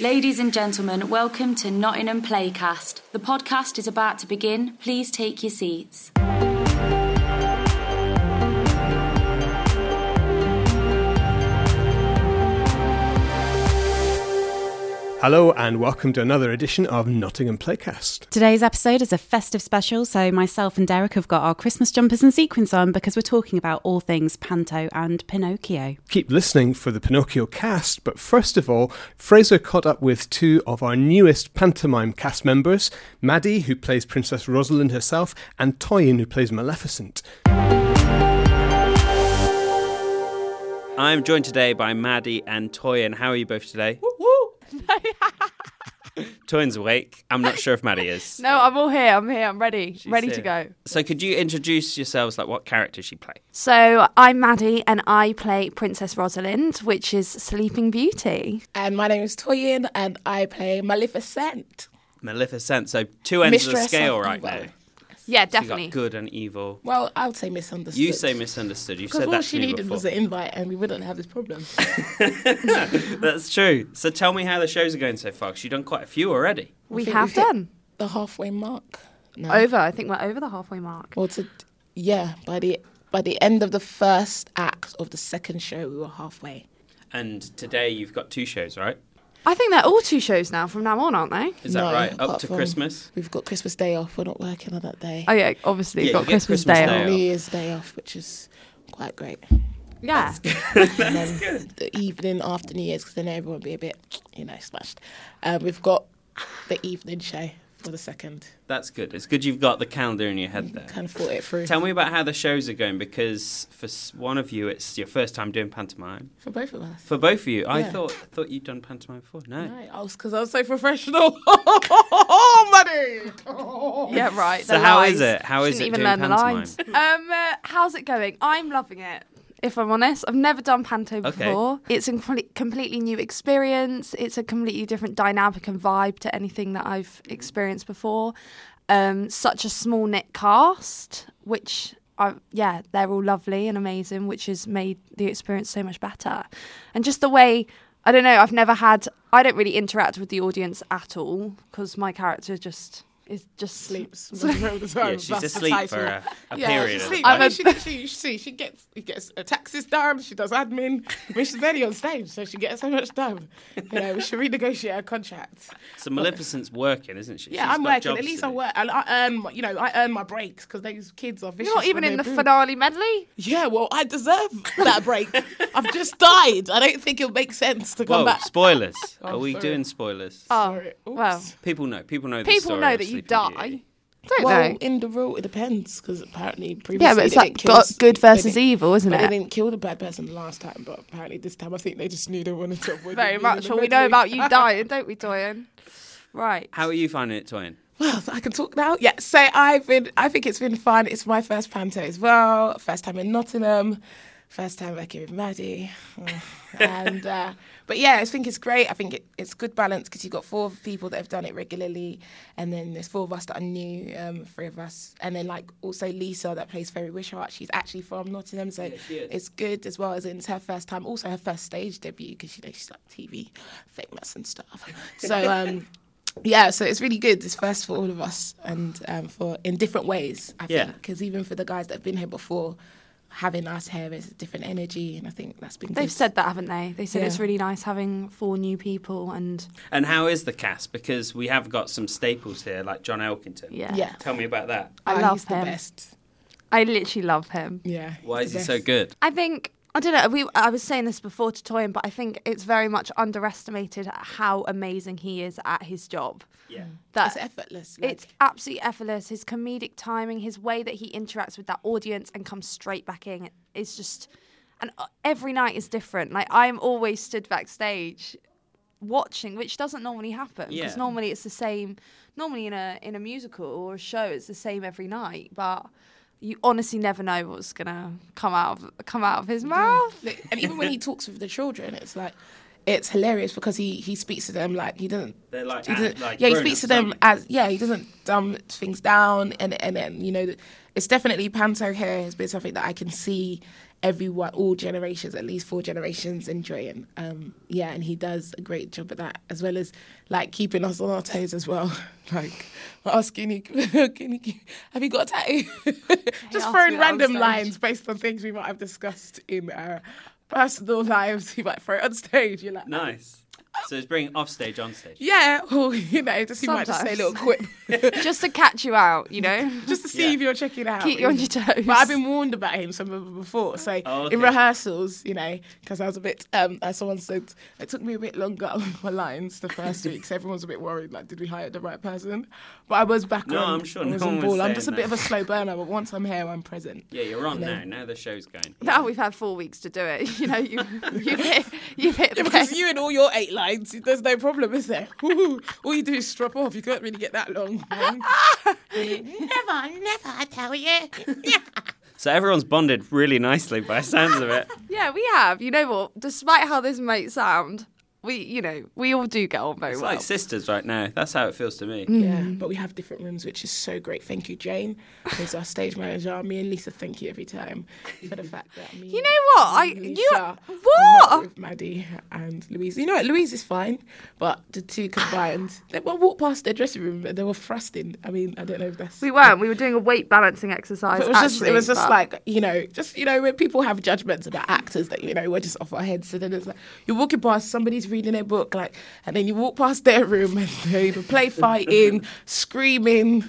Ladies and gentlemen, welcome to Nottingham Playcast. The podcast is about to begin. Please take your seats. Hello and welcome to another edition of Nottingham Playcast. Today's episode is a festive special, so myself and Derek have got our Christmas jumpers and sequins on because we're talking about all things Panto and Pinocchio. Keep listening for the Pinocchio cast, but first of all, Fraser caught up with two of our newest pantomime cast members, Maddie, who plays Princess Rosalind herself, and Toyin, who plays Maleficent. I'm joined today by Maddie and Toyin. How are you both today? Toyin's awake. I'm not sure if Maddie is. No, I'm all here. I'm here. I'm ready. ready to go. So, could you introduce yourselves, like what characters you play? So I'm Maddie, and I play Princess Rosalind, which is Sleeping Beauty. And my name is Toyin, and I play Maleficent. Maleficent. So, two ends of Mistress the of scale right evil. now. Yeah, You got definitely. good and evil. Well, I would say misunderstood. You say misunderstood. You Because said all that she to me needed before. was an invite, and we wouldn't have this problem. That's true. So, tell me how the shows are going so far. 'cause you've done quite a few already. we I think have we've hit done the halfway mark. No. over. I think we're over the halfway mark. Well, to, yeah, by the by the end of the first act of the second show, we were halfway. And today you've got two shows, right? I think they're all two shows now from now on, aren't they? Is that No, right? Up apart to from- Christmas. We've got Christmas Day off. We're not working on that day. Oh yeah, obviously Yeah, you've got you get Christmas Christmas, Day. Day off. off. New Year's Day off, which is quite great. Yeah, And then the evening after New Year's, because then everyone will be a bit, you know, smashed. Um, we've got the evening show for the second. That's good. It's good you've got the calendar in your head there. Kind of thought it through. Tell me about how the shows are going because for s- one of you, it's your first time doing pantomime. for both of us. For both of you, I Yeah. thought thought you'd done pantomime before. No. Right, I was because I was so professional. oh, money. yeah, right. So the how lies. is it? How is Shouldn't it even doing learn the lines. um, uh, how's it going? I'm loving it. If I'm honest, I've never done panto Okay. before. It's a complete- completely new experience. It's a completely different dynamic and vibe to anything that I've experienced before. Um, such a small knit cast, which I yeah, they're all lovely and amazing, which has made the experience so much better. And just the way I don't know, I've never had. I don't really interact with the audience at all because my character just is just Sleeps. all the time. Yeah, she's That's the asleep title. for uh, a, a Yeah, period. She of sleeps. time. I mean, she, she, you see, she gets she gets her taxes done. She does admin. I mean, she's barely on stage, so she gets so much done. You know, we should renegotiate her contract. so Maleficent's working, isn't she? Yeah, She's I'm got working. jobs At least to I do. work, and I earn. my- You know, I earn my breaks because those kids are vicious. You're not even when in they're the rude. finale medley. Yeah, well, I deserve that break. I've just died. I don't think it makes sense to come Whoa, back. spoilers. I'm Are we sorry. doing spoilers? Oh, Sorry. Oops. well, people know. People know the people story know of that you Sleeping die. Beauty. Don't Well, know. in the rule, it depends because apparently previously Yeah, but it's they like didn't kill go- us- good they versus didn't- evil, isn't But they it? didn't kill the bad person last time, but apparently this time I think they just knew they wanted to avoid. Very it being in much. the All we know medley. about you dying, don't we, Doyen? Right. How are you finding it, Toyin? Well, I can talk now. Yeah, so I've been. I think it's been fun. It's my first panto as well. First time in Nottingham. First time working with Maddie. Mm. and uh, but yeah, I think it's great. I think it, it's good balance because you've got four people that have done it regularly, and then there's four of us that are new, um, three of us, and then like also Lisa that plays Fairy Wishart. She's actually from Nottingham, so it's good as well as it's her first time, also her first stage debut because you know she's like TV famous and stuff. So. um Yeah, so it's really good. It's first for all of us and um, for in different ways. I Yeah. think because even for the guys that have been here before, having us here is a different energy, and I think that's been. They've good. said that, haven't they? They said Yeah. it's really nice having four new people and And how is the cast? Because we have got some staples here, like John Elkington. yeah. Yeah, Tell me about that. I Ah, love he's him. the best. I literally love him. Yeah. Why he's is the he so best. good? I think I don't know. We I was saying this before to Toyin, but I think it's very much underestimated how amazing he is at his job. Yeah. That It's effortless. like- It's absolutely effortless. His comedic timing, his way that he interacts with that audience and comes straight back in is just. And uh, every night is different. Like, I'm always stood backstage watching, which doesn't normally happen because Yeah. normally it's the same. Normally in a in a musical or a show, it's the same every night. But you honestly never know what's gonna come out of come out of his mouth. Like, and even when he talks with the children, it's like it's hilarious because he he speaks to them like he doesn't. They're like he act- doesn't- like yeah, he grown-ups, speaks to them aren't as yeah he doesn't dumb things down and and then you know it's definitely panto here has been something that I can see everyone, all generations, at least four generations enjoying. Um, yeah, and he does a great job at that, as well as like keeping us on our toes as well. like, ask Skinny, Skinny, have you got a tattoo? Just ask throwing you that on random stage. lines based on things we might have discussed in our personal lives. You might throw it on stage. You're like, Nice. So it's bringing off stage on stage. yeah, or you know, just you might just say a Sometimes. little quip just to catch you out, you know. just to see Yeah. if you're checking out. Keep you on your toes. But I've been warned about him some before. So Oh, in okay. rehearsals, you know, because I was a bit, um, as someone said, it took me a bit longer on my lines the first week. So everyone was a bit worried, like, did we hire the right person? But I was back No, on. I'm sure I no was one on was ball. I'm saying just a that. bit of a slow burner, but once I'm here, I'm present. Yeah, you're on now. Now the show's going. now we've had four weeks to do it. You know, you you've hit you've hit the Because best. you and all your eight lines, there's no problem, is there? Woo-hoo. All you do is strop off. You can't really get that long. never, never, I tell you. So everyone's bonded really nicely by sounds of it. Yeah, we have. You know what? Despite how this might sound, we you know we all do get on very It's well. Mm. like sisters right now. That's how it feels to me. Yeah, but we have different rooms, which is so great. Thank you, Jane, who's our stage manager. Me and Lisa, thank you every time for the fact that me. You know what? I and you Lisa are not what? with Maddie and Louise. You know what? Louise is fine, but the two combined. they, well, I walked past their dressing room and they were thrusting. I mean, I don't know if that's. We weren't. We were doing a weight balancing exercise. But it was just, it actually, was just but- like you know, just you know, when people have judgments about actors that you know we're just off our heads. So then it's like you're walking past somebody's reading their book, like, and then you walk past their room and they either play fighting, screaming,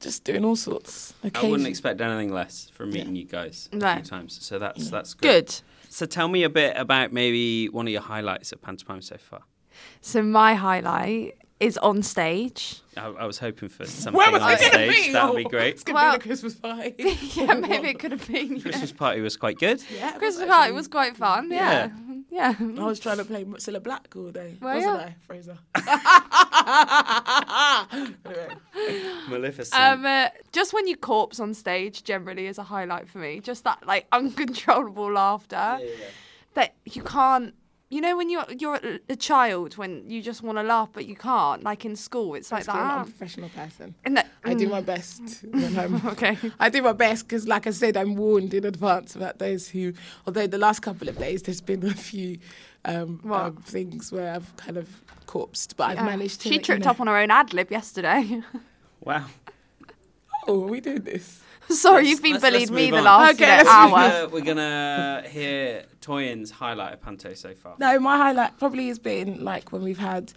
just doing all sorts. I wouldn't Occasion- expect anything less from meeting you guys a No. few times. So that's that's good. good. So tell me a bit about maybe one of your highlights of pantomime so far. So my highlight is on stage. I, I was hoping for something Where was on I going to stage. be? That would be Oh, great. It's going to Well- be the Christmas party. yeah, maybe it could have been. You know. Christmas party was quite good. Yeah, Christmas but party was quite fun. Yeah, yeah. I was trying to play Mozilla Black all day, Were wasn't ya? I, Fraser? Anyway. Maleficent. Um, uh, just when you corpse on stage, generally is a highlight for me. Just that like uncontrollable laughter that you can't. You know when you're you're a- a child when you just want to laugh but you can't. Like in school, it's like Basically, I'm that. a professional person. And that mm, I do my best when I'm okay. I do my best because, like I said, I'm warned in advance about those who, although the last couple of days there's been a few um, What? um, things where I've kind of corpsed, but Yeah. I've managed to. she like, you tripped know- up on her own ad lib yesterday. wow. Oh, are we doing this? Sorry, Let's- oh, you've been let's- let's bullied me move the on. last Okay, you know, let's move hour. Uh, we're gonna hear Toyin's highlight of panto so far. No, my highlight probably has been like when we've had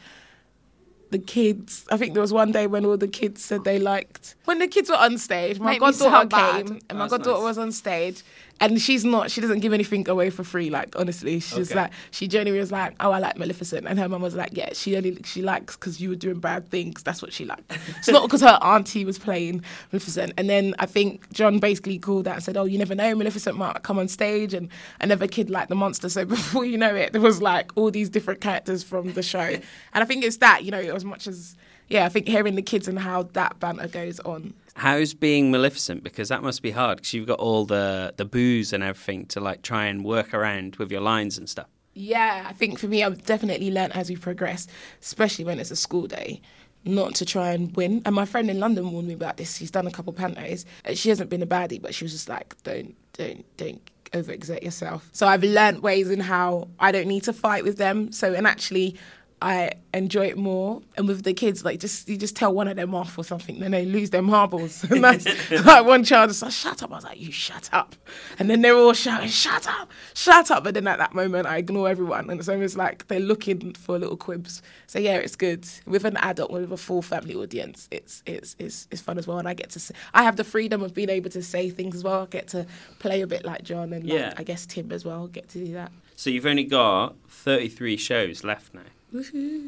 the kids. I think there was one day when all the kids said they liked when the kids were on stage. My Make me goddaughter sound bad. came, and my That's goddaughter nice. was on stage, and she's not. She doesn't give anything away for free. Like honestly, she's just Okay. like she genuinely was like, "Oh, I like Maleficent," and her mum was like, "Yeah, she only she likes because you were doing bad things. That's what she liked. it's not because her auntie was playing Maleficent." And then I think John basically called out and said, "Oh, you never know, Maleficent might come on stage and another kid like the monster." So before you know it, there was like all these different characters from the show, and I think it's that you know as much as yeah, I think hearing the kids and how that banter goes on. How's being Maleficent? Because that must be hard. Because you've got all the the booze and everything to like try and work around with your lines and stuff. Yeah, I think for me, I've definitely learnt as we progress, especially when it's a school day, not to try and win. And my friend in London warned me about this. She's done a couple pantos. Uh, She hasn't been a baddie, but she was just like, don't, don't, don't overexert yourself. So I've learnt ways in how I don't need to fight with them. So, and actually, I enjoy it more. And with the kids, like just you just tell one of them off or something, then they lose their marbles. And that's like one child is like, shut up. I was like, you shut up. And then they're all shouting, shut up, shut up. But then at that moment I ignore everyone. And it's almost like they're looking for little quibs. So yeah, it's good. With an adult, with a full family audience, it's it's it's, it's fun as well. And I get to s- I have the freedom of being able to say things as well. I get to play a bit like John and like, Yeah. I guess Tim as well get to do that. So you've only got 33 shows left now.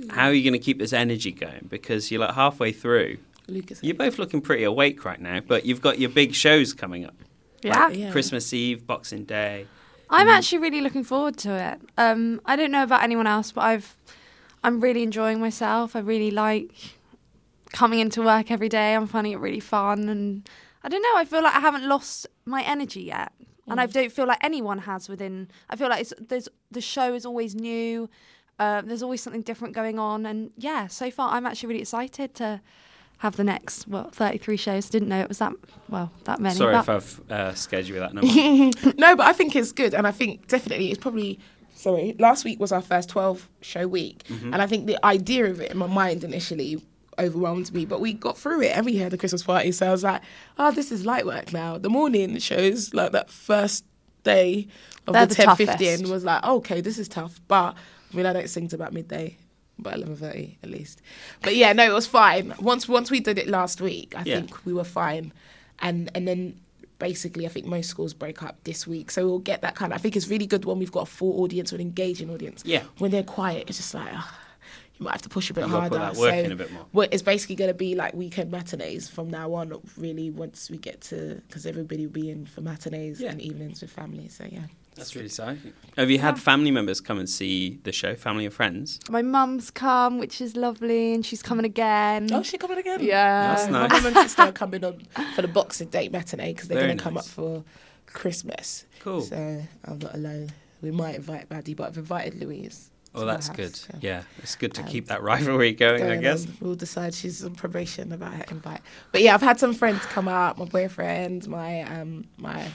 How are you going to keep this energy going? Because you're like halfway through. Lucas. You're both looking pretty awake right now, but you've got your big shows coming up. Yeah. Yeah. Christmas Eve, Boxing Day. I'm Mm-hmm. actually really looking forward to it. Um, I don't know about anyone else, but I've I'm really enjoying myself. I really like coming into work every day. I'm finding it really fun, and I don't know. I feel like I haven't lost my energy yet, and Mm. I don't feel like anyone has within. I feel like it's, there's the show is always new. Uh, there's always something different going on, and yeah, so far I'm actually really excited to have the next well 33 shows. Didn't know it was that well that many. Sorry but- if I've uh, scared you with that number. No, but I think it's good, and I think definitely it's probably. Sorry, last week was our first twelve show week, and I think the idea of it in my mind initially overwhelmed me, but we got through it, and we had a Christmas party, so I was like, "Oh, this is light work now." The morning shows, like that first day of They're the the ten toughest. fifteen, was like, "Okay, this is tough," but I mean, I don't sing to about midday. But eleven thirty at least. But yeah, no, it was fine. Once once we did it last week, I Yeah. think we were fine. And and then basically I think most schools break up this week. So we'll get that kind of I think it's really good when we've got a full audience or an engaging audience. Yeah. When they're quiet, it's just like ah, you might have to push a bit You gotta harder. put that work in a bit more. well, it's basically going to be like weekend matinees from now on. Really, once we get to because everybody will be in for matinees Yeah. and evenings with family. So yeah, That's really exciting. Have you had family members come and see the show, family and friends? My mum's come, which is lovely, and she's coming again. Mm. Oh, she coming again? Yeah. That's nice. My mum and sister are coming on for the Boxing Day matinee because they're Very going to come up nice. for Christmas. Cool. So I'm not alone. We might invite Maddie, but I've invited Louise. to Oh, my that's house, good. so Yeah, it's good to Um, keep that rivalry going, I going guess. on. We'll decide she's on probation about her invite. But yeah, I've had some friends come out. My boyfriend, my um, my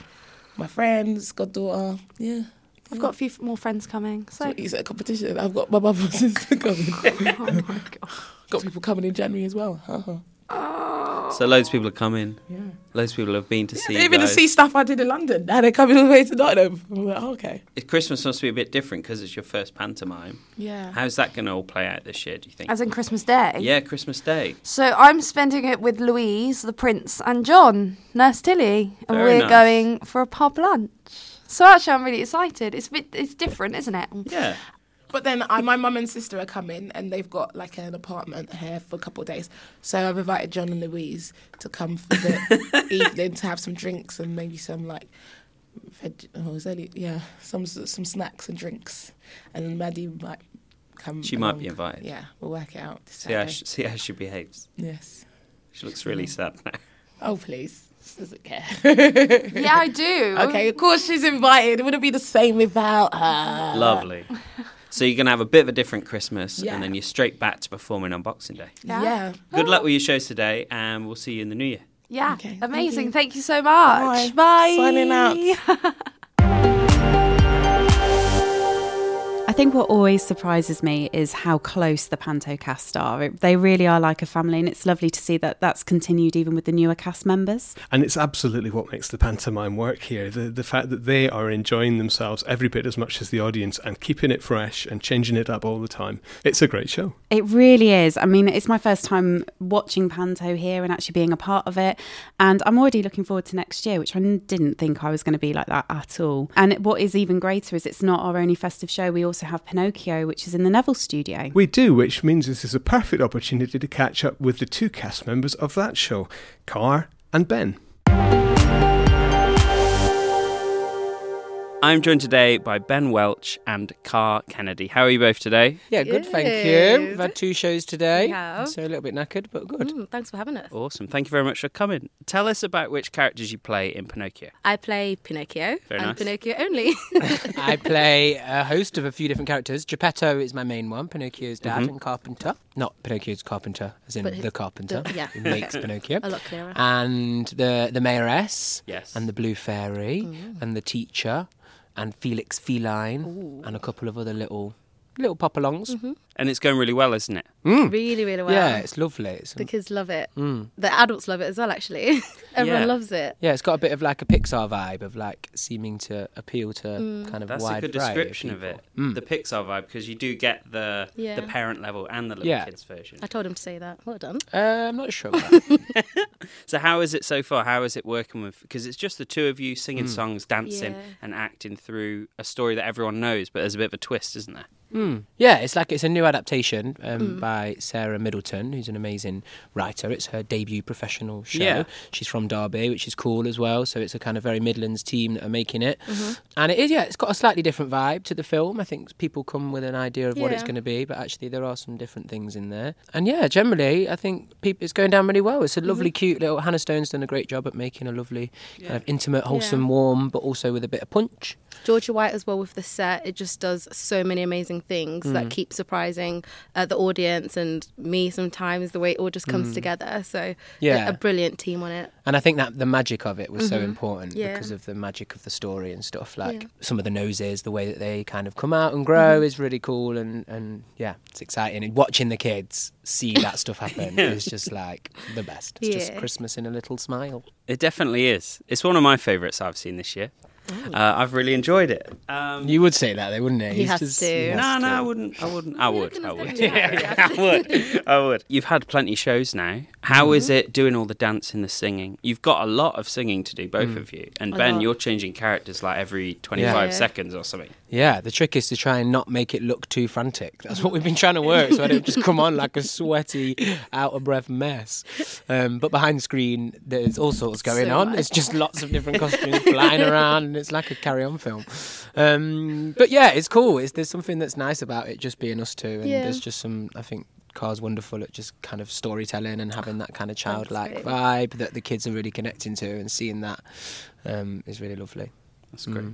my friends, goddaughter. Yeah. I've got a few f- more friends coming. So, It's a competition. I've got my mum and sister coming. oh my god. got people coming in January as well. Uh-huh. So loads of people are coming. Yeah. Loads of people have been to see. They're you even to guys. see stuff I did in London. Now they're coming all the way to Nottingham. I'm like, oh, okay. Christmas must be a bit different because it's your first pantomime. Yeah. How's that going to all play out this year? Do you think? As in Christmas Day. yeah, Christmas Day. So I'm spending it with Louise, the Prince, and John, Nurse Tilly, and Very we're nice. going for a pub lunch. So actually, I'm really excited. It's a bit, it's different, isn't it? Yeah. But then I, my mum and sister are coming, and they've got like an apartment here for a couple of days. So I've invited John and Louise to come for the evening to have some drinks and maybe some like veg. Oh, is that it? yeah, some some snacks and drinks. And Maddie might come. She might along. be invited. Yeah, we'll work it out. this See how, Saturday. she, see how she behaves. yes. She looks really sad now. Oh please, she doesn't care. yeah, I do. okay, of course she's invited. It wouldn't be the same without her. Lovely. So you're going to have a bit of a different Christmas, Yeah. and then you're straight back to performing on Boxing Day. Yeah. yeah. Good luck with your shows today, and we'll see you in the new year. Yeah, Okay, thank amazing. you. Thank you so much. Bye. Bye. Signing out. I think what always surprises me is how close the Panto cast are. It- They really are like a family, and it's lovely to see that that's continued even with the newer cast members. And it's absolutely what makes the pantomime work here. The, the fact that they are enjoying themselves every bit as much as the audience and keeping it fresh and changing it up all the time. It's a great show. It really is. I mean, it's my first time watching Panto here and actually being a part of it. And I'm already looking forward to next year, which I n- didn't think I was going to be like that at all. And what is even greater is it's not our only festive show. We also have Pinocchio, which is in the Neville studio. We do, which means this is a perfect opportunity to catch up with the two cast members of that show, Carr and Ben. I'm joined today by Ben Welch and Carr Kennedy. How are you both today? Yeah, good, thank you. We've had two shows today, so a little bit knackered, but good. Mm, thanks for having us. Awesome. Thank you very much for coming. Tell us about which characters you play in Pinocchio. I play Pinocchio Very and nice. Pinocchio only. I play a host of a few different characters. Geppetto is my main one, Pinocchio's dad Mm-hmm. and carpenter. Not Pinocchio's carpenter, as in But the carpenter the- yeah. who makes Pinocchio. A lot clearer. And the the mayoress. Yes. And the blue fairy and the teacher and Felix Feline and a couple of other little little pop alongs. Mm-hmm. And it's going really well, isn't it? really, really well. Mm. Yeah, it's lovely. It's, The kids love it. The adults love it as well, actually. Everyone Yeah. loves it. yeah, it's got a bit of like a Pixar vibe of like seeming to appeal to Mm. kind of That's wide a good variety description of, people. Mm. it. The Pixar vibe, because you do get the Yeah. the parent level and the little Yeah. kids version. I told him to say that. Well done. Uh, I'm not sure. About that. So how is it so far? How is it working with? Because it's just the two of you Mm. singing songs, dancing, Yeah. and acting through a story that everyone knows, but there's a bit of a twist, isn't there? Hmm. yeah, it's like it's a new adaptation um, by Sarah Middleton, who's an amazing writer. It's her debut professional show. Yeah. She's from Derby, which is cool as well. So it's a kind of very Midlands team that are making it, and it is yeah, it's got a slightly different vibe to the film. I think people come with an idea of what it's Yeah. going to be, but actually there are some different things in there. And yeah, generally I think people it's going down really well. It's a lovely, cute little. Hannah Stone's done a great job at making a lovely kind of intimate, wholesome, warm, but also with a bit of punch. Georgia White as well with the set. It just does so many amazing surprising things that Mm. keep surprising uh, the audience and me sometimes, the way it all just comes together. So, Mm. Yeah. a brilliant team on it. And I think that the magic of it was so important Mm-hmm. Yeah. because of the magic of the story and stuff. Like some of the noses, the way that they kind of come out and grow Mm-hmm. is really cool. And, and yeah, it's exciting. And watching the kids see that stuff happen is just like the best. It's just Yeah. Christmas in a little smile. It definitely is. It's one of my favourites I've seen this year. Uh, I've really enjoyed it. Um, You would say that, though, wouldn't it? He has to. no, no, I wouldn't. I wouldn't. I would. I would. I would. I would. You've had plenty of shows now. How is it doing all the dancing, the singing? You've got a lot of singing to do, both of you. And A Ben, lot. you're changing characters like every 25 Yeah. seconds or something. Yeah, the trick is to try and not make it look too frantic. That's what we've been trying to work, so I don't just come on like a sweaty, out of breath mess. Um, but behind the screen, there's all sorts going So on. much. It's just lots of different costumes flying around, and it's like a carry-on film. Um, but yeah, it's cool. It's, there's something that's nice about it just being us two, and Yeah. there's just some. I think Car's wonderful at just kind of storytelling and having that kind of childlike babe. vibe that the kids are really connecting to, and seeing that um, is really lovely. That's great.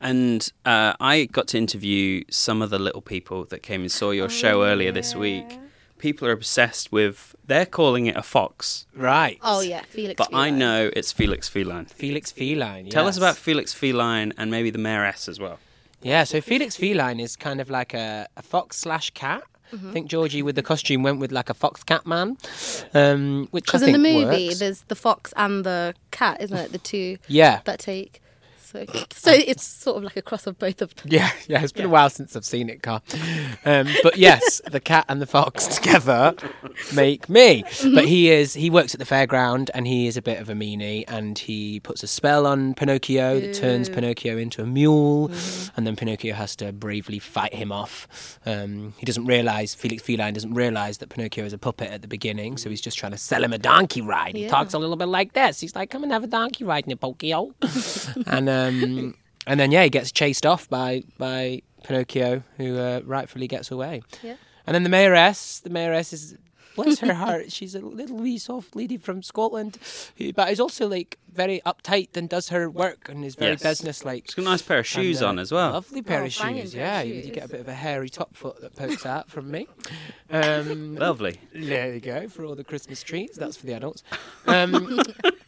And uh, I got to interview some of the little people that came and saw your show earlier this week. People are obsessed with, they're calling it a fox, Right. Oh, yeah, Felix. but I Feline. know it's Felix Feline. Felix Feline. Tell us yes. about Felix Feline and maybe the mayoress as well. Yeah, so Felix Feline is kind of like a, a fox slash cat. Mm-hmm. I think Georgie with the costume went with like a fox cat man, um, which I Because in the think movie, works. there's the fox and the cat, isn't it? The two Yeah. that take. So, so it's sort of like a cross of both of them. Yeah, yeah, it's been a while since I've seen it, Car. Um, but yes, the cat and the fox together make me. But he is he works at the fairground and he is a bit of a meanie and he puts a spell on Pinocchio that turns Pinocchio into a mule and then Pinocchio has to bravely fight him off. Um, he doesn't realise Felix Feline doesn't realise that Pinocchio is a puppet at the beginning, so he's just trying to sell him a donkey ride. He Yeah. talks a little bit like this. He's like, Come and have a donkey ride, Pinocchio and um, and then yeah, he gets chased off by by Pinocchio, who uh, rightfully gets away. Yeah. And then the mayoress, the mayoress is bless her heart, she's a little wee soft lady from Scotland, who but is also like very uptight and does her work and is very Yes. business like. She's got a nice pair of shoes on as well. Lovely pair Oh, of banging shoes, pair yeah. of You, you shoes. get a bit of a hairy top foot that pokes out from me. Um, Lovely. there you go for all the Christmas treats. That's for the adults. Um,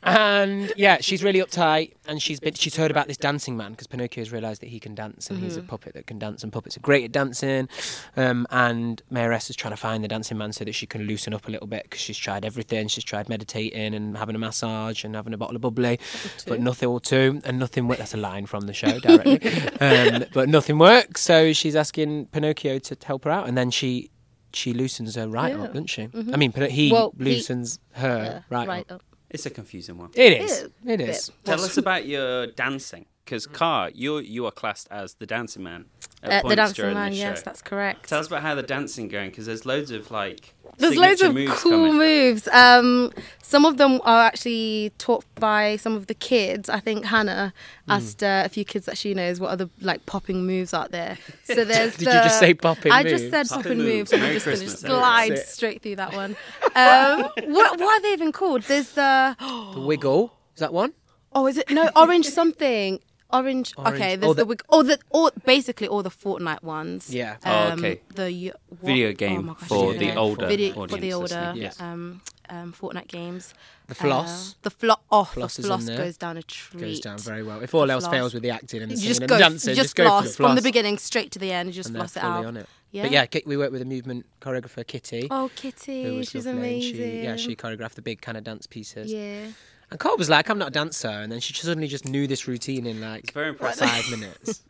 and yeah, she's really uptight, and she's been she's heard about this dancing man because Pinocchio's realised that he can dance, and Mm-hmm. he's a puppet that can dance, and puppets are great at dancing. Um, and Mayoress is trying to find the dancing man so that she can loosen up a little bit because she's tried everything. She's tried meditating and having a massage and having a bottle of bubbly, but nothing will do, and nothing. Wor- that's a line from the show directly, um, but nothing works. So she's asking Pinocchio to help her out, and then she she loosens her right Yeah. Mm-hmm. up, doesn't she? I mean, Pino- he Well, he- loosens her Uh, right, right up. up. It's a confusing one. It is. It bit. is. Tell us about your dancing, because Car, you you are classed as the dancing man. At Uh, the points dancing during man, this yes, show. that's correct. Tell us about how the dancing going, because there's loads of like. There's loads signature of moves cool coming. moves. Um, some of them are actually taught by some of the kids. I think Hannah Hmm. asked uh, a few kids that she knows what other like popping moves out there. So there's Did the, you just say popping I just moves? said Popping popping, moves. moves, and Merry I'm just going to Christmas, just everyone. glide That's it. straight through that one. Um, what, what are they even called? There's the The wiggle. Is that one? oh, is it no orange something? Orange, Orange. okay. Oh, There's the- the, wig all the all basically all the Fortnite ones. Um, Yeah. Oh, okay. The y- what- Video oh game my gosh, I for don't the know. older video, for the audience older listening. Yes. um, um, Fortnite games. The floss. Uh, the flo- oh, the Floss floss, is in there. goes down a treat. Goes down very well. If all The else floss. fails with the acting and the You singing just and go, dancing, you just, just go floss, for the floss. from the beginning straight to the end. You just And they're floss it fully out. on it. Yeah. But yeah, Kit- we worked with a movement choreographer, Kitty. Oh, who Kitty, was she's lovely, and amazing. She, yeah, she choreographed the big kind of dance pieces. Yeah. And Carl was like, I'm not a dancer. And then she just suddenly just knew this routine in like very impressive. five minutes.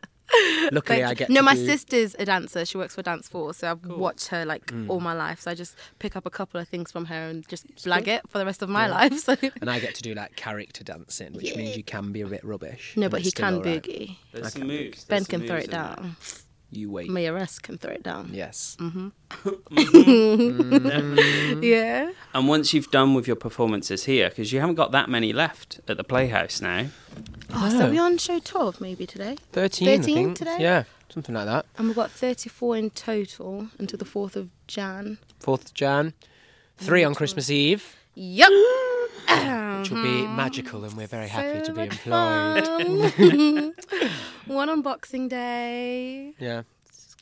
Luckily, Thank I you. get no, to my do- sister's a dancer. She works for Dance Force, so I've watched her like Mm. all my life. So I just pick up a couple of things from her and just blag it for the rest of my life. So And I get to do like character dancing, which means you can be a bit rubbish. no, and but it's he still can all right. boogie. There's some moves. Ben there's some can throw moves it in there. down. You wait. Mia S can throw it down. Yes. Mm-hmm. yeah. And once you've done with your performances here, because you haven't got that many left at the Playhouse now, Oh, so we're on show 12 maybe today. 13, I 13 think. today? Yeah, something like that. And we've got 34 in total until the 4th of Jan. 4th of Jan. Three on Christmas Mm-hmm. Eve, Yup! which will be magical, and we're very happy to be Um, much employed. Um, One on Boxing Day. Yeah.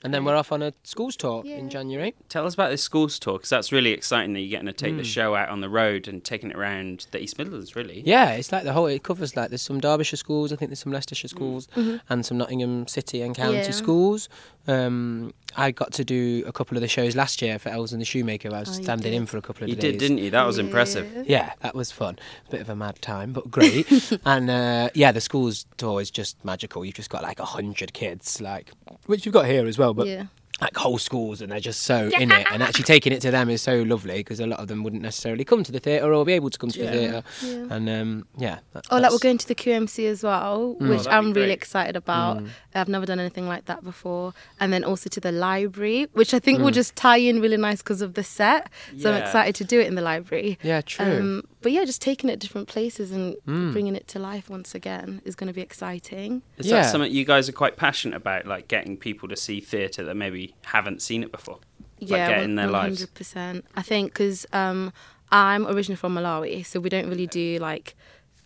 And then we're off on a schools tour in Yeah. January. Tell us about this schools tour because that's really exciting that you're getting to take Hmm. the show out on the road and taking it around the East Midlands, really. Yeah, it's like the whole. It covers like there's some Derbyshire schools, I think there's some Leicestershire schools, and some Nottingham City and County Mm. Mm-hmm. Yeah. schools. Um, I got to do a couple of the shows last year for Elves and the Shoemaker. I was Oh, you standing did. in for a couple of You days. did, didn't you? That was impressive. Yeah, that was fun. Bit of a mad time, but great. and uh, yeah, the schools tour is just magical. You've just got like a hundred kids, like which you've got here as well, but Yeah. like whole schools, and they're just so in it. And actually taking it to them is so lovely because a lot of them wouldn't necessarily come to the theatre or be able to come to the theatre. Yeah. And um, yeah, that- Oh, like that's- we're going to the QMC as well, Mm. Oh, that'd which be I'm really great. Mm. excited about. I've never done anything like that before. And then also to the library, which I think will just tie in really nice because of the set. So I'm Mm. Yeah. excited to do it in the library. Um, Yeah, true. but yeah, just taking it different places and Mm. bringing it to life once again is going to be exciting. Is Yeah. that something you guys are quite passionate about, like getting people to see theatre that maybe haven't seen it before? like get one- in their lives. 100%. I think because um, I'm originally from Malawi, so we don't really do like.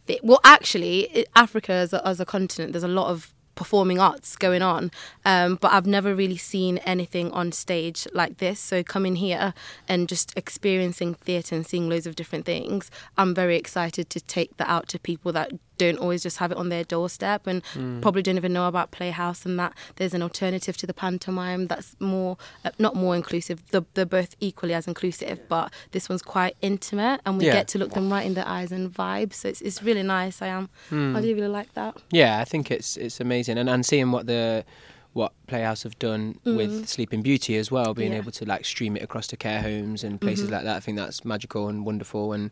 thi- Well, actually, i- Africa as a, as a continent, there's a lot of performing arts going on, um, but I've never really seen anything on stage like this. So coming here and just experiencing theatre and seeing loads of different things, I'm very excited to take that out to people that don't always just have it on their doorstep and probably don't even know about Playhouse and that there's an alternative to the pantomime that's more, uh, not more inclusive. They're, they're both equally as inclusive, but this one's quite intimate and we Yeah. get to look them right in the eyes and vibe. So it's, it's really nice. I am. I do really like that. Yeah, I think it's it's amazing, and and seeing what the what Playhouse have done with Sleeping Beauty as well, being Mm. Yeah. Mm-hmm. able to like stream it across to care homes and places like that. I think that's magical and wonderful, and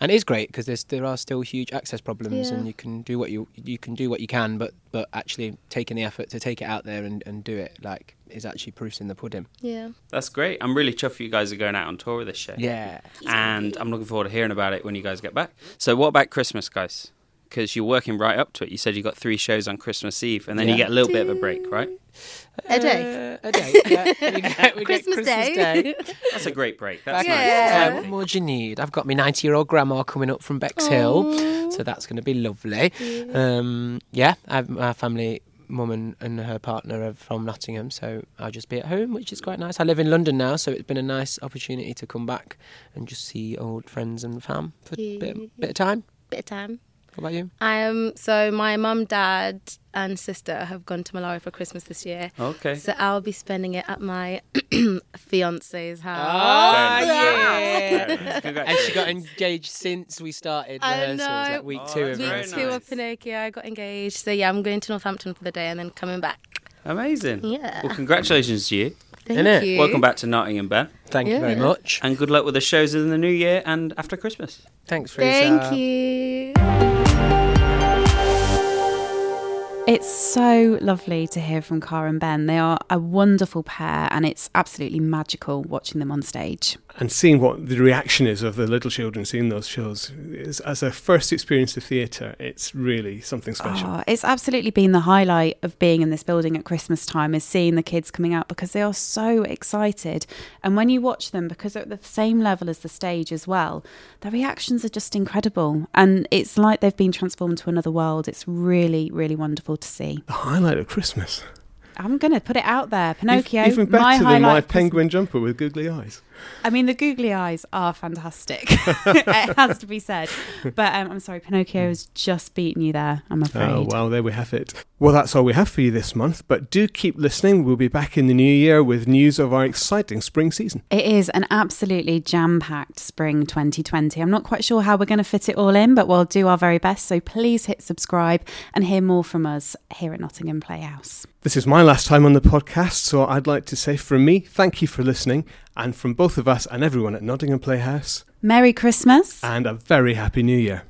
and it is great because there's there are still huge access problems, Yeah. and you can do what you you can do what you can, but but actually taking the effort to take it out there and, and do it like is actually proofs in the pudding. Yeah. That's great. I'm really chuffed you guys are going out on tour with this show. Yeah, And I'm looking forward to hearing about it when you guys get back. So, what about Christmas, guys? Because you're working right up to it. You said you got three shows on Christmas Eve, and then you Yeah. get a little bit of a break, right? A day. Uh, a day. Yeah, we get, we get Christmas Day. That's a great break. That's Back nice. Yeah. Like, what more do you need? I've got my 90 year old grandma coming up from Bexhill, so that's going to be lovely. Um, yeah, I've, my family, mum and, and her partner are from Nottingham, so I'll just be at home, which is quite nice. I live in London now, so it's been a nice opportunity to come back and just see old friends and fam for a bit, bit of time. Bit of time. What about you? Um, so my mum, dad, and sister have gone to Malawi for Christmas this year. Okay. So I'll be spending it at my fiance's house. Ah, And she Congratulations. got engaged since we started I rehearsals, know. like week Oh, two that's of Week Very rehearsals. two of nice. Pinocchio, I got engaged. So yeah, I'm going to Northampton for the day and then coming back. Amazing. Yeah. Well, congratulations to you. Thank Innit? you. Welcome back to Nottingham, Ben. Thank you Yeah. very much. And good luck with the shows in the new year and after Christmas. Thanks, Risa. Thank you. It's so lovely to hear from Cara and Ben. They are a wonderful pair, and it's absolutely magical watching them on stage. and seeing what the reaction is of the little children seeing those shows is, as a first experience of theatre, it's really something special. Oh, it's absolutely been the highlight of being in this building at Christmas time is seeing the kids coming out because they are so excited. And when you watch them, because they're at the same level as the stage as well, their reactions are just incredible. And it's like they've been transformed to another world. It's really, really wonderful to see. The highlight of Christmas. I'm going to put it out there. Pinocchio, Even better my than highlight my of Christmas. penguin jumper with googly eyes. I mean, the googly eyes are fantastic. it has to be said. But um, I'm sorry, Pinocchio has just beaten you there, I'm afraid. Oh, well, there we have it. Well, that's all we have for you this month, but do keep listening. We'll be back in the new year with news of our exciting spring season. It is an absolutely jam packed spring 2020. I'm not quite sure how we're going to fit it all in, but we'll do our very best. So please hit subscribe and hear more from us here at Nottingham Playhouse. This is my last time on the podcast, so I'd like to say from me, thank you for listening, and from both of us and everyone at Nottingham Playhouse, Merry Christmas. and a very happy new year.